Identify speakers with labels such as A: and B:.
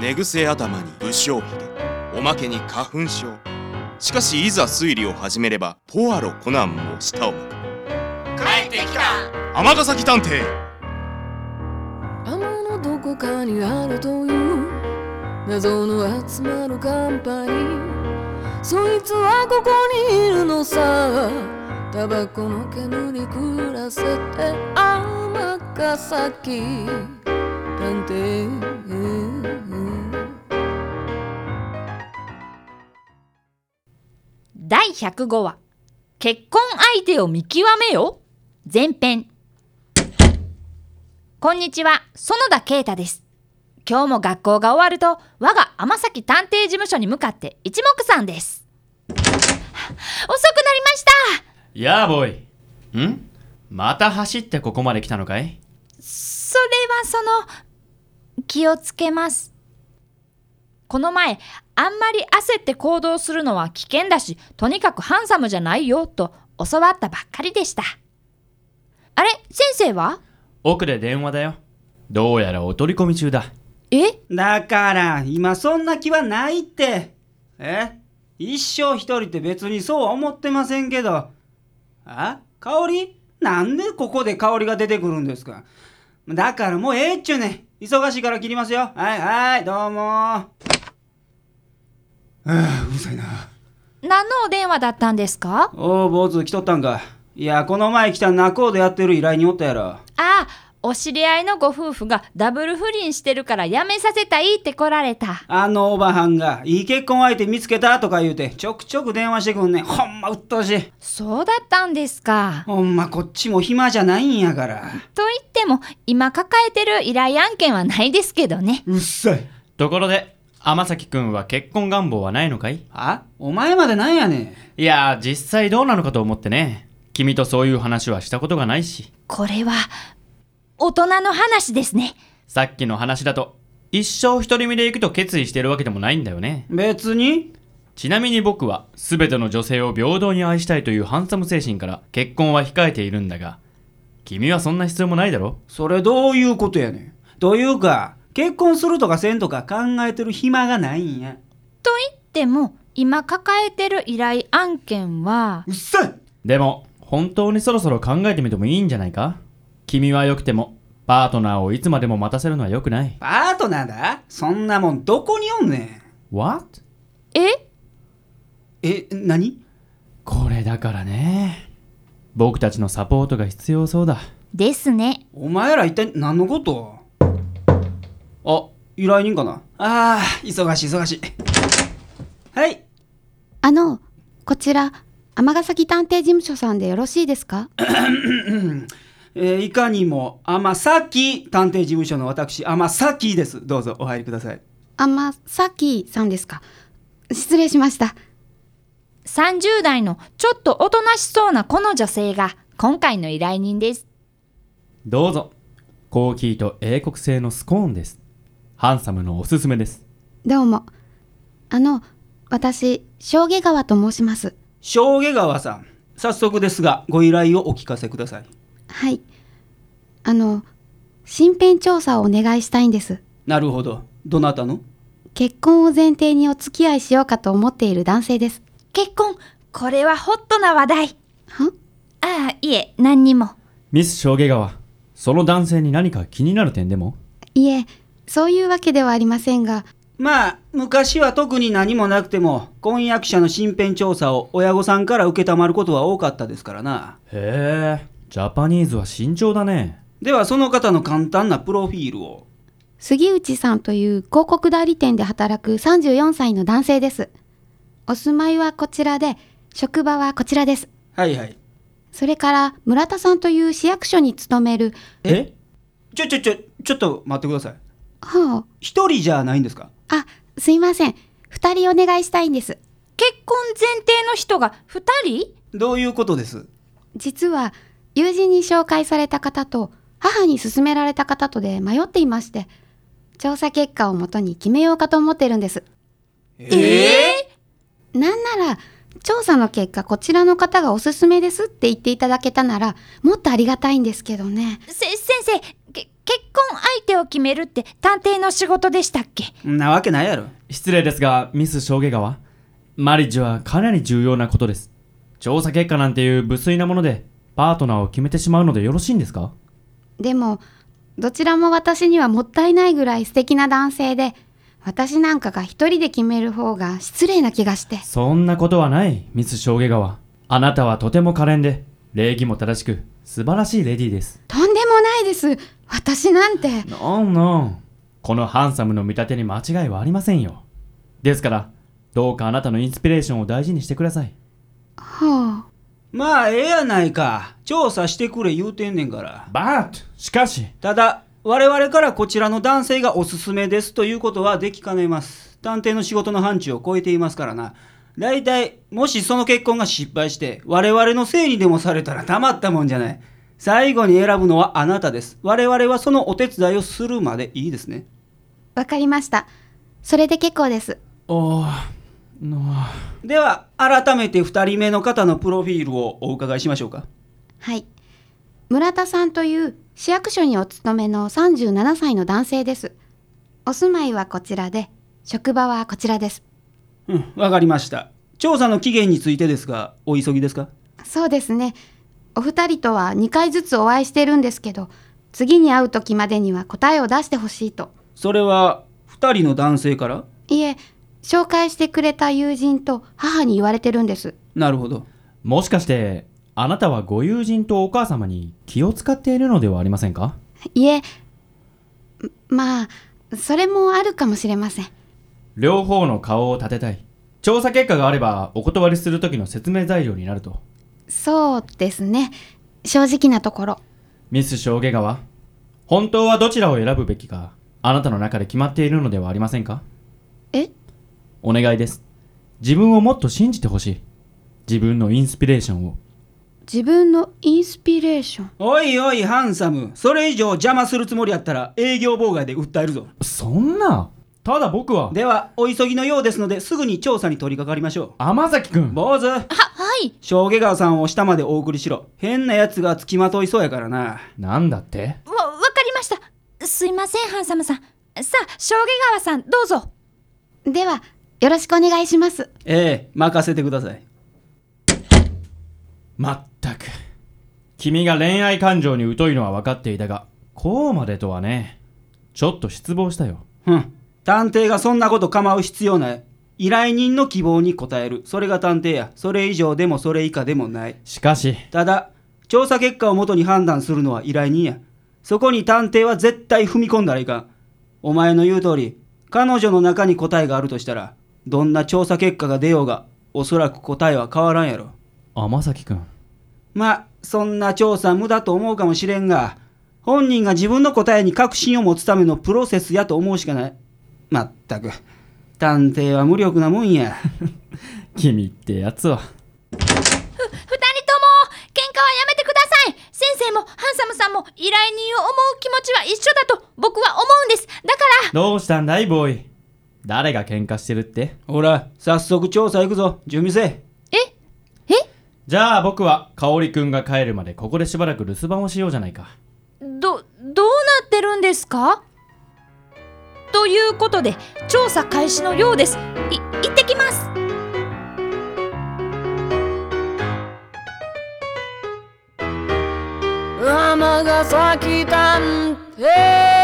A: 寝癖頭に不祥髭おまけに花粉症しかしいざ推理を始めればポアロコナンも舌を巻く
B: 帰ってきた
A: 尼崎探偵
C: 雨のどこかにあるという謎の集まるカンパニーそいつはここにいるのさタバコの煙に暮らせて天ヶ崎探偵
D: 第105話結婚相手を見極めよ前編こんにちは園田啓太です今日も学校が終わると我が天崎探偵事務所に向かって一目散です遅くなりました
E: やあボイんまた走ってここまで来たのかい
D: それはその気をつけますこの前あんまり焦って行動するのは危険だしとにかくハンサムじゃないよと教わったばっかりでしたあれ先生は
E: 奥で電話だよどうやらお取り込み中だ
D: え
F: だから、今そんな気はないって。え一生一人って別にそうは思ってませんけど。あ香りなんでここで香りが出てくるんですかだからもうええっちゅうねん。忙しいから切りますよ。はいはい、どうも。ああ、うるさいな。
D: 何のお電話だったんですか
F: おう、坊主来とったんか。いや、この前来た仲人やってる依頼におったやろ。
D: ああお知り合いのご夫婦がダブル不倫してるからやめさせたいって来られた
F: あのおばはんが、いい結婚相手見つけたとか言うて、ちょくちょく電話してくんねん。ほんま鬱陶しい。
D: そうだったんですか
F: ほんまこっちも暇じゃないんやから。
D: と言っても今抱えてる依頼案件はないですけどね
F: うっさい。
E: ところで天崎くんは結婚願望はないのかい
F: あお前までなんやねん。
E: いやー実際どうなのかと思ってね君とそういう話はしたことがないし
D: これは大人の話ですね
E: さっきの話だと一生独り身で行くと決意してるわけでもないんだよね
F: 別に
E: ちなみに僕は全ての女性を平等に愛したいというハンサム精神から結婚は控えているんだが君はそんな必要もないだろ
F: それどういうことやねん。というか、結婚するとかせんとか考えてる暇がないんや。
D: と言っても今抱えてる依頼案件は
F: うっさい
E: でも本当にそろそろ考えてみてもいいんじゃないか君は良くてもパートナーをいつまでも待たせるのは良くない
F: パートナーだそんなもんどこにおんねん。
E: What?
D: え
F: え、何
E: これだからね僕たちのサポートが必要そうだ
D: ですね
F: お前ら一体何のことあ、依頼人かなああ、忙しい忙しい。はい、
G: あの、こちら、尼崎探偵事務所さんでよろしいですか
F: えーいかにも天崎探偵事務所の私天崎ですどうぞお入りください
G: 尼崎さんですか失礼しました。
D: 30代のちょっとおとなしそうなこの女性が今回の依頼人です
E: どうぞコーヒーと英国製のスコーンですハンサムのおすすめです
G: どうも。あの、私、将棋川と申します。
F: 正下川さん早速ですがご依頼をお聞かせください
G: はい。あの、身辺調査をお願いしたいんです。
F: なるほどどなたの
G: 結婚を前提にお付き合いしようかと思っている男性です。
D: 結婚これはホットな話題
G: は
D: ああいえ何にも
E: ミス正下川その男性に何か気になる点でも
G: いえ、そういうわけではありませんが、
F: まあ昔は特に何もなくても婚約者の身辺調査を親御さんから受けたまることは多かったですからな
E: へえジャパニーズは慎重だね
F: ではその方の簡単なプロフィールを
G: 杉内さんという広告代理店で働く34歳の男性です。お住まいはこちらで、職場はこちらです。
F: はいはい
G: それから村田さんという市役所に勤める、
E: え
F: ちょちょちょちょっと待ってください
G: ほう、
F: 一人じゃないんですか
G: あ、すいません。二人お願いしたいんです。
D: 結婚前提の人が2人
F: どういうことです
G: 実は、友人に紹介された方と、母に勧められた方とで迷っていまして、調査結果をもとに決めようかと思ってるんです。
D: え
G: なんなら、調査の結果こちらの方がおすすめですって言っていただけたなら、もっとありがたいんですけどね。
D: せ先生け結婚婚相手を決めるって探偵の仕事でしたっけ
F: んなわけないやろ
E: 失礼ですがミス証外川マリッジはかなり重要なことです調査結果なんていう無粋なものでパートナーを決めてしまうのでよろしいんですか
G: でもどちらも私にはもったいないぐらい素敵な男性で私なんかが一人で決める方が失礼な気がして
E: そんなことはないミス証外川あなたはとても可憐で礼儀も正しく素晴らしいレディーです
G: とんでもないです私なんて
E: ノンノンこのハンサムの見立てに間違いはありませんよですからどうかあなたのインスピレーションを大事にしてください
G: はあ
F: まあええやないか調査してくれ言うてんねんから
E: バートしかした
F: だ我々からこちらの男性がおすすめですということはできかねます探偵の仕事の範疇を超えていますからな大体もしその結婚が失敗して我々のせいにでもされたらたまったもんじゃない最後に選ぶのはあなたです我々はそのお手伝いをするまでいいですね
G: わかりましたそれで結構です
E: おーのー
F: では改めて2人目の方のプロフィールをお伺いしましょうか
G: はい村田さんという市役所にお勤めの37歳の男性ですお住まいはこちらで職場はこちらです
F: うんわかりました調査の期限についてですがお急ぎですか
G: そうですねお二人とは2回ずつお会いしてるんですけど次に会う時までには答えを出してほしいと
F: それは2人の男性から
G: いえ紹介してくれた友人と母に言われてるんです
F: なるほど
E: もしかしてあなたはご友人とお母様に気を使っているのではありませんか
G: いえまあそれもあるかもしれません
E: 両方の顔を立てたい調査結果があればお断りする時の説明材料になると
G: そうですね正直なところ
E: ミス証外川本当はどちらを選ぶべきかあなたの中で決まっているのではありませんか
G: え
E: お願いです自分をもっと信じてほしい自分のインスピレーションを
G: 自分のインスピレーション
F: おいおいハンサムそれ以上邪魔するつもりやったら営業妨害で訴えるぞ
E: そんなただ僕は
F: ではお急ぎのようですのですぐに調査に取り掛かりましょ
E: 天崎く
F: うん坊主
D: はい
F: 正下川さんを下までお送りしろ変なやつがつきまといそうやからな
E: なんだって
D: わ、わかりました。すいません、ハンサムさん。さあ、正下川さん、どうぞ。
G: ではよろしくお願いします
F: ええ任せてください
E: まったく君が恋愛感情に疎いのは分かっていたがこうまでとはねちょっと失望したよ
F: うん探偵がそんなこと構う必要ない依頼人の希望に応えるそれが探偵やそれ以上でもそれ以下でもない
E: しかした
F: だ調査結果をもとに判断するのは依頼人やそこに探偵は絶対踏み込んだらいかんお前の言う通り彼女の中に答えがあるとしたらどんな調査結果が出ようがおそらく答えは変わらんやろ
E: 天崎くん
F: まあそんな調査無駄と思うかもしれんが本人が自分の答えに確信を持つためのプロセスやと思うしかないまったく探偵は無力なもんや
E: 君ってやつは
D: 二人とも喧嘩はやめてください先生もハンサムさんも依頼人を思う気持ちは一緒だと僕は思うんです。だから、
E: どうしたんだいボーイ誰が喧嘩してるって
F: ほら早速調査行くぞ準備せえ
D: え
E: じゃあ僕は香織くんが帰るまでここでしばらく留守番をしようじゃないか
D: ど、どうなってるんですかということで、調査開始のようです。い、行ってきます
C: 尼崎探偵